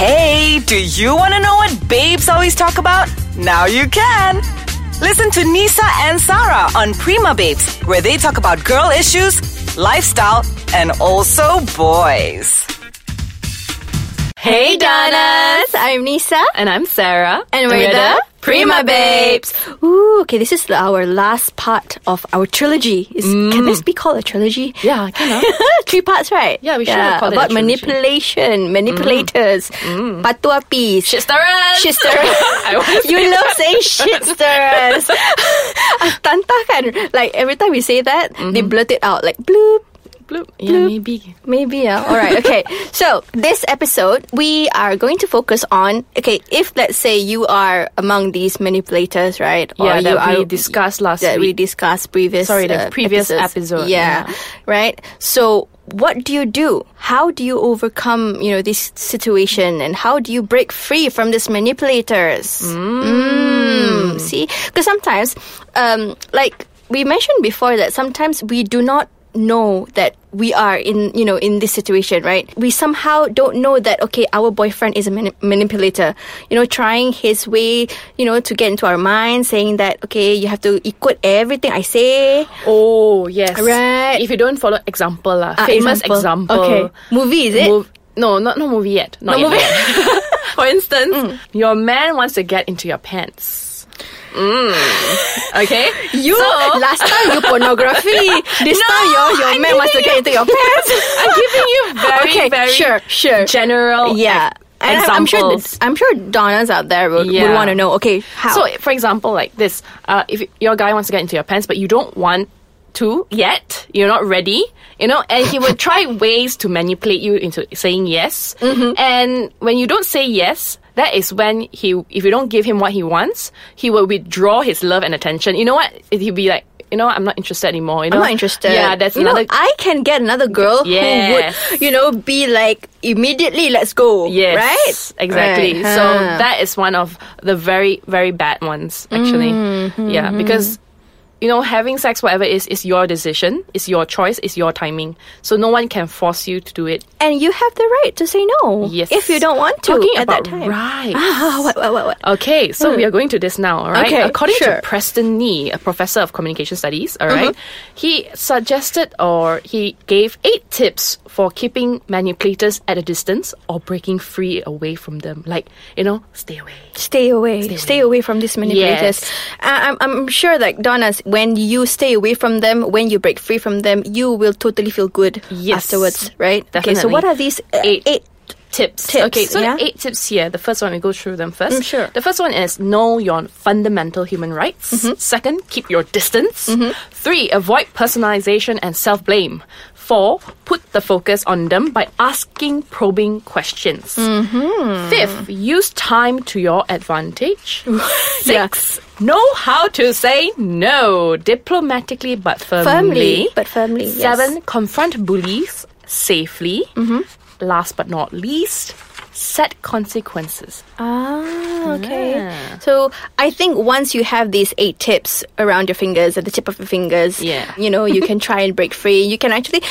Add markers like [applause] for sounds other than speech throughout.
Hey, do you want to know what babes always talk about? Now you can. Listen to Nisa and Sarah on Prima Babes, where they talk about girl issues, lifestyle, and also boys. Hey, Donnas! I'm Nisa, And I'm Sarah. and we're, the Prima Babes. Ooh, okay, this is the- our last part of our trilogy. Is, Can this be called a trilogy? Mm. Yeah, kind of. [laughs] Three parts, right? Yeah, we should yeah, call it a about trilogy. Mm. manipulation, manipulators, patuapis, Shitsterers! shitsterers. [laughs] I always you love saying [laughs] shitsterers. [laughs] Tanta kan, like every time we say that, Mm-hmm. they blurt it out like bloop. Bloop. Bloop. Yeah, maybe. Maybe, yeah. All right, [laughs] okay. so, this episode, we are going to focus on okay, if let's say you are among these manipulators, right? Yeah, you that we discussed last that we week. discussed previous uh, Sorry, the previous episode, Yeah, yeah. right? So, what do you do? How do you overcome, you know, this situation and how do you break free from these manipulators? Mm, see, because sometimes, um, like we mentioned before, that sometimes we do not know that we are in you know in this situation right we somehow don't know that okay our boyfriend is a mani- manipulator you know trying his way you know to get into our mind saying that okay you have to equate everything i say Oh, yes. Right. If you don't follow example, lah. Ah, famous example. okay movie is it Mov- no, not no movie yet. Not No yet, movie. [laughs] yet. For instance, your man wants to get into your pants. Mm. Okay. you last time you [laughs] pornography this No, time your your I'm man wants to giving get into your pants [laughs] I'm giving you very, okay, very sure, sure. general yeah. ex- And I'm- I'm sure. examples. th- I'm sure Donna's out there would, Yeah. would want to know. Okay, how? So, for example, like this: uh, if your guy wants to get into your pants, but you don't want to yet, you're not ready, you know, and he would [laughs] try ways to manipulate you into saying yes. Mm-hmm. And when you don't say yes, that is when he, if you don't give him what he wants, he will withdraw his love and attention. You know what? He'll be like, you know, what? I'm not interested anymore. You know, I'm not interested. Yeah, that's you another. know. I can get another girl Yes. who would, you know, be like immediately. Let's go. Yes, Right. Exactly. Right. So Huh. that is one of the very very bad ones, actually. Mm-hmm, Yeah, because you know having sex, whatever it is, is your decision, is your choice, is your timing. So no one can force you to do it. and you have the right to say no. Yes, If you don't want to Talking at about that time. right. Ah, what, what, what, what? Okay, so we are going to this now, all right? Hmm. Okay, According to sure. Preston Nee, a professor of communication studies, all right, Mm-hmm. he suggested or he gave eight tips for keeping manipulators at a distance or breaking free away from them. Like, you know, stay away. Stay away. Stay away, from these manipulators. Yes. I, I'm, I'm sure, like Donna, when you stay away from them, when you break free from them, you will totally feel good Yes. afterwards, right? Okay, so Definitely. what are these uh, Eight. eight. tips. Tips, Okay, so yeah? the eight tips here. The first one, we go through them first. Mm, sure. The first one is know your fundamental human rights. Mm-hmm. Second, keep your distance. Three, avoid personalization and self blame. Four, put the focus on them by asking probing questions. Mm-hmm. Fifth, use time to your [laughs] advantage. Six, know how to say no diplomatically but firmly. Firmly, but firmly, yes. Seven, confront bullies safely. Mm-hmm. Last but not least, set consequences. Ah, okay. So I think once you have these eight tips around your fingers, at the tip of your fingers, Yeah. you know, you [laughs] can try and break free. You can actually,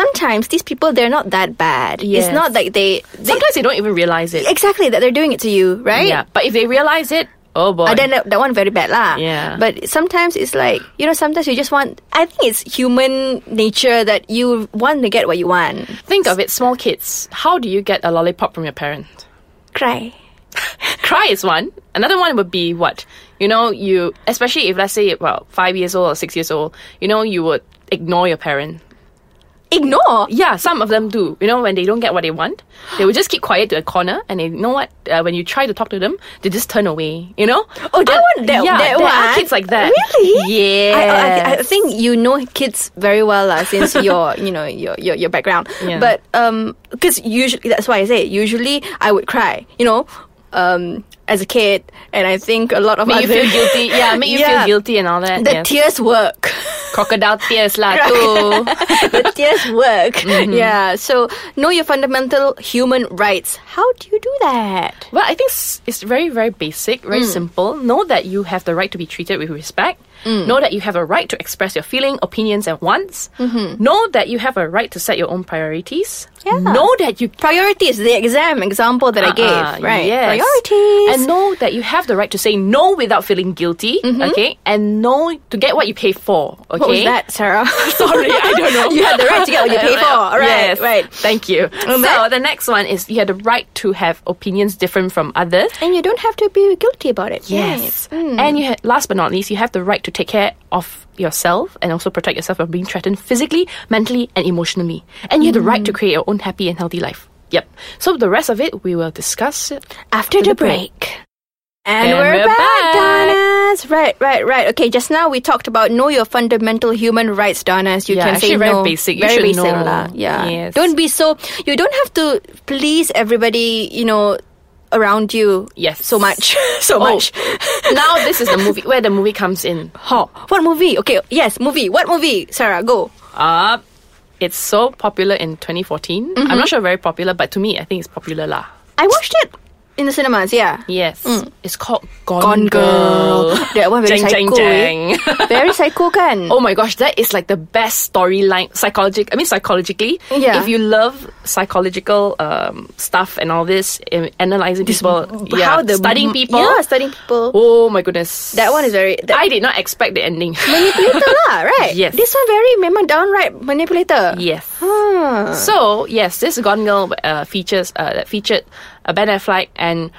sometimes these people, they're not that bad. Yes. It's not like they, they Sometimes they don't even realize it. exactly, that they're doing it to you, right? Yeah, but if they realize it, oh boy. I don't know Ah, that one very bad lah. Yeah. But sometimes it's like you know, sometimes you just want. I think it's human nature that you want to get what you want. Think of it, small kids. How do you get a lollipop from your parent? [laughs] Cry. Cry is one. Another one would be what? You know, you especially if let's say well, five years old or six years old, you know, you would ignore your parent. Ignore. Yeah, some of them do. You know, when they don't get what they want, they will just keep quiet to a corner, and they you know what. Uh, when you try to talk to them, they just turn away. You know? Oh, that Uh, one. That, yeah, that there one. are kids like that. Really? Yeah. I- I, I, I think you know kids very well lah, since [laughs] your you know your your, your background. Yeah. But um, because usually that's why I say usually I would cry. You know, um, as a kid, and I think a lot of make you other feel guilty. Yeah, make you [laughs] feel Yeah. guilty and all that. The yes. tears work. crocodile tears lah [laughs] too. the tears work. Mm-hmm. Yeah. So know your fundamental human rights. How do you do that? Mm. Well, I think s- it's very, very basic, very simple. Know that you have the right to be treated with respect. Mm. Know that you have a right to express your feeling, opinions, and wants. Know that you have a right to set your own priorities. Mm-hmm. Yeah. Know that you Priorities, the exam example that I Uh-uh, gave, right? yes. Priorities. And know that you have the right to say no without feeling guilty, okay? And know to get what you pay for, okay? Mm-hmm. what was that, Sarah? [laughs] Sorry, I don't know. [laughs] you had the right to get what you pay for. [laughs] All right, Yes. right. Thank you. So then- the next one is you have the right to have opinions different from others. And you don't have to be guilty about it. Mm. Yes. And you ha- last but not least, you have the right to take care of yourself and also protect yourself from being threatened physically, mentally, and emotionally. And you have the right Mm. to create your own happy and healthy life. Yep. So the rest of it, we will discuss it. After the break. And, we're, back, Donnas. Right, right, right. Okay, just now we talked about know your fundamental human rights, Donnas. You Yeah, can say actually very no. basic. You very should basic, know. lah. Yeah. Yes. Don't be so. You don't have to please everybody. You know, around you. Yes. So much. [laughs] so Oh, much. now this is the movie where the movie comes in. Huh. What movie? Okay. Yes, movie. What movie? Sarah, go. Up. Uh, It's so popular in 2014. I'm not sure very popular, but to me, I think it's popular lah. I watched it in the cinemas. Yeah. Yes, it's called Mm. Gone, Gone Girl. [gasps] That one very Jeng, jeng, psycho. eh? [laughs] jeng. very psycho kan? Oh my gosh, that is like the best storyline psychologic. I mean, psychologically. Yeah. If you love psychological um, stuff and all this, um, analyzing people, b- how yeah, the m- studying people, yeah, studying people. Oh my goodness, That one is very- that- I did not expect the ending. manipulator lah, right? [laughs] Yes. This one very memang downright manipulator. yes. Hmm. So yes, this Gone Girl uh, features uh, that featured uh, Ben Affleck and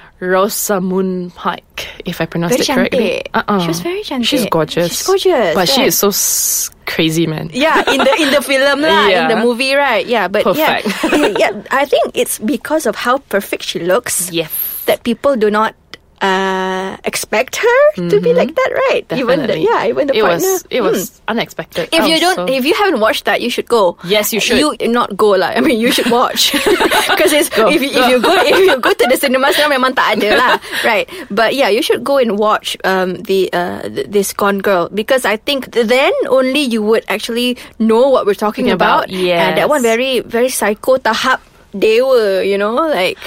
Rosamund Pike, if I pronounced Very it correctly. cantik. She was very cantik. Uh-uh. She's gorgeous. She's gorgeous, but she right. is so s- crazy, man. Yeah, in the [laughs] in the film lah, in the Yeah. movie, right? Yeah, but Perfect. yeah, [laughs] yeah, I think it's because of how perfect she looks. Yes. that people do not uh, expect her to be like that, right? Even the, Mm-hmm. Definitely. yeah, even the it partner. was it Hmm. was unexpected. If I you was don't, Oh, so- if you haven't watched that, you should go. Yes, you should. You not go lah. I mean, you should [laughs] watch because it's if, you, if you go if you go to the cinema, now memang tak ada lah, right? But yeah, you should go and watch um the uh th- this Gone Girl because I think th- then only you would actually know what we're talking Talking about, about. and that yes. one very very psycho tahap dewa, you know, like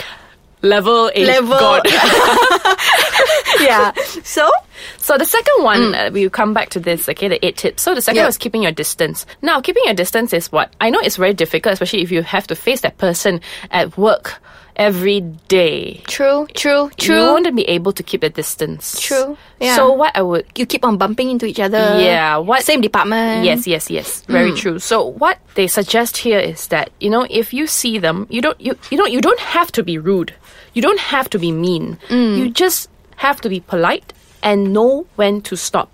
level eight level. God. [laughs] yeah. So So the second one, uh, we come back to this, okay, the eight tips. So the second Mm. Yeah. was keeping your distance. Now, keeping your distance is what? I know it's very difficult, especially if you have to face that person at work every day. true, true, You true. want to be able to keep the distance. True. Yeah. So what I would You keep on bumping into each other. Yeah, what- Same department. Yes, yes, yes. Very Hmm. true. So what they suggest here is that you know if you see them, you don't you you don't you don't have to be rude. You don't have to be mean. Hmm. You just have to be polite and know when to stop.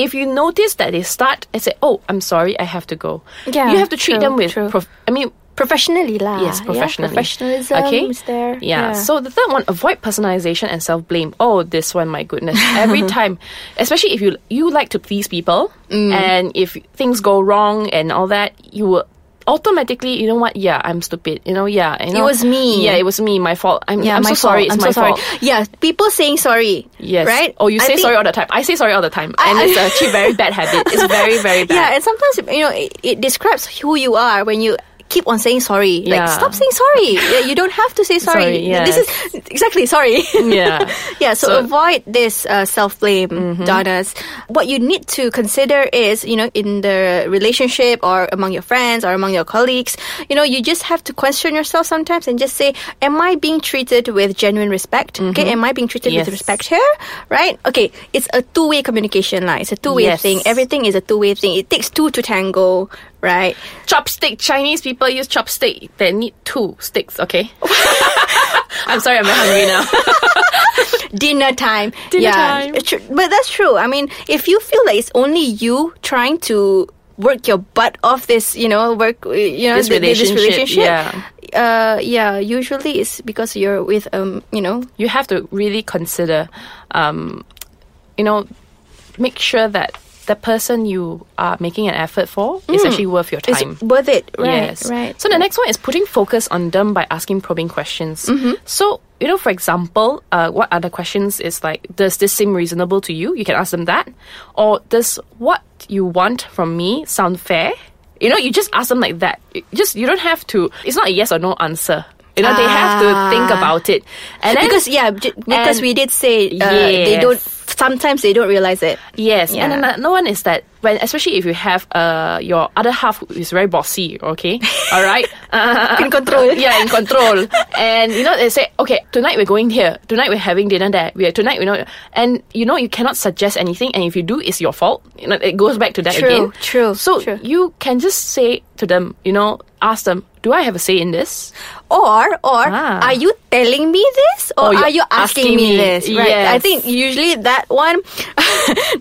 If you notice that they start and say, "Oh, I'm sorry, I have to go," Yeah, you have to treat true, them with. true. Prof- I mean, professionally lah. Yes, professionally. Ah, Yeah, professionalism okay? is there. Yeah. So the third one, avoid personalization and self blame. Oh, this one, my goodness. [laughs] Every time, especially if you you like to please people, Mm. and if things go wrong and all that, you will automatically, you know what? Yeah, I'm stupid. You know, yeah, you know, was me. Yeah, it was me. My fault. I'm, I'm so sorry. It's I'm my so sorry. fault. Yeah, people saying sorry. Yes. Right? Oh, you I say think- sorry all the time. I say sorry all the time, and I- [laughs] it's actually a very bad habit. It's very very bad. Yeah, and sometimes you know it, it describes who you are when you keep on saying sorry. Like Yeah. stop saying sorry. [laughs] yeah, you don't have to say sorry. Sorry, This is exactly sorry. [laughs] Yeah. [laughs] yeah, so, So- Mm-hmm. avoid this uh, self blame, Donnas. What you need to consider is, you know, in the relationship or among your friends or among your colleagues, you know, you just have to question yourself sometimes and just say, Am I being treated with genuine respect? Okay, am I being treated with Mm-hmm. respect Yes. here? Right? Okay, it's a two way communication line. It's a two way Yes. thing. Everything is a two way thing. It takes two to tango, right? chopstick. Chinese people use chopstick. They need two sticks. Okay. [laughs] I'm sorry. I'm very hungry now. dinner time. Dinner yeah. time. It's tr- But that's true. I mean, if you feel like it's only you trying to work your butt off this, you know, work, uh, you know, This th- th- relationship, relationship, Uh, yeah, usually it's because you're with, um, you know, you have to really consider, um, you know, make sure that the person you are making an effort for is actually worth your it's time. worth it. Right. yes. Right. So the next one is putting focus on them by asking probing questions. Mm-hmm. So, you know, for example, uh, what are the questions is like, does this seem reasonable to you? You can ask them that. Or does what you want from me sound fair? You know, you just ask them like that. It- just, you don't have to, it's not a yes or no answer. You know, they have to think Ah. about it. And then, because yeah, j- because and- we did say uh, they Yes. don't sometimes they don't realize [laughs] it. Yes, and Yeah. another one is that when, especially if you have uh your other half who is very bossy, [laughs] okay, all right, uh, In control. yeah, in control, and you know they say, okay, tonight we're going here, tonight we're having dinner there, we are tonight we know, and you know you cannot suggest anything, and if you do, it's your fault. You know it goes back to that True, again. true, So true. you can just say to them, you know, ask them, do I have a say in this? Or or Ah. are you telling me this or Or you're are you asking, asking me, me. this? Right. I Yes. think usually that one [laughs]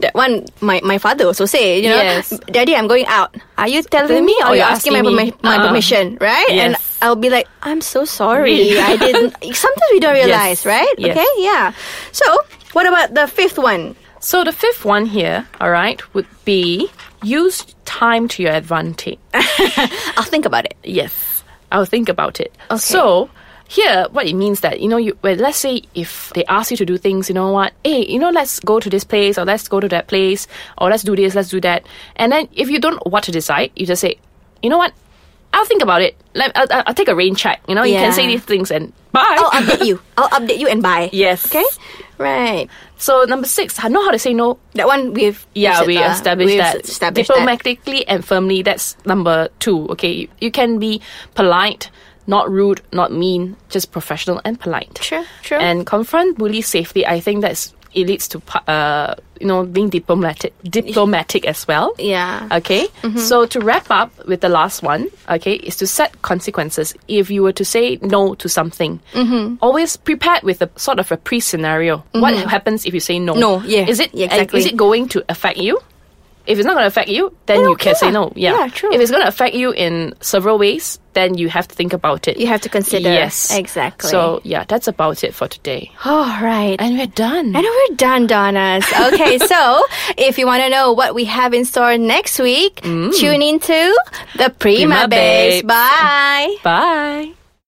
that one my, my father also say, you know, Yes. Daddy I'm going out. Are you telling me or, you're asking, my, me?" permi- my Uh-uh. permission, right? And Yes. I'll be like, I'm so sorry. Really? I [laughs] didn't sometimes we don't realize, right? yes. Okay, yeah. So what about the fifth one? So the fifth one here, all right, would be use time to your advantage. I'll think about it. Yes, I'll think about it. So here, what it means that you know, you well, let's say if they ask you to do things, you know what? Hey, you know, let's go to this place or let's go to that place or let's do this, let's do that. And then if you don't know what to decide, you just say, you know what? I'll think about it. Let, I'll, I'll- I'll take a rain check. You know, you Yeah. Oh, um can say these things and bye. I'll update you. I'll update you and buy. Yes. Okay? Right. so number six, know how to say no That one we've Yeah, we uh, established we've that established that. diplomatically and firmly. That's number two. Okay, you, you can be polite, not rude, not mean, just professional and polite. Sure, sure. And confront bully safely. I think that's it leads to pa- uh, you know being diplomatic, diplomatic as well. Yeah. Mm-hmm. Okay. So to wrap up with the last one, okay, is to set consequences. If you were to say no to something, Mm-hmm. always prepared with a sort of a pre scenario. What happens if you say no? No, yeah, Is it yeah, and exactly. Is it going to affect you? If it's not going to affect you, then Then you okay can say lah. no. Yeah. Yeah, true. If it's going to affect you in several ways, then you have to think about it. You have to consider. Yes. Exactly. So yeah, that's about it for today. All right. And we're done. I know we're done, Donnas. [laughs] Okay, so if you want to know what we have in store next week, tune in to the Prima, Mm. Prima Babes. Babes. Bye. Bye.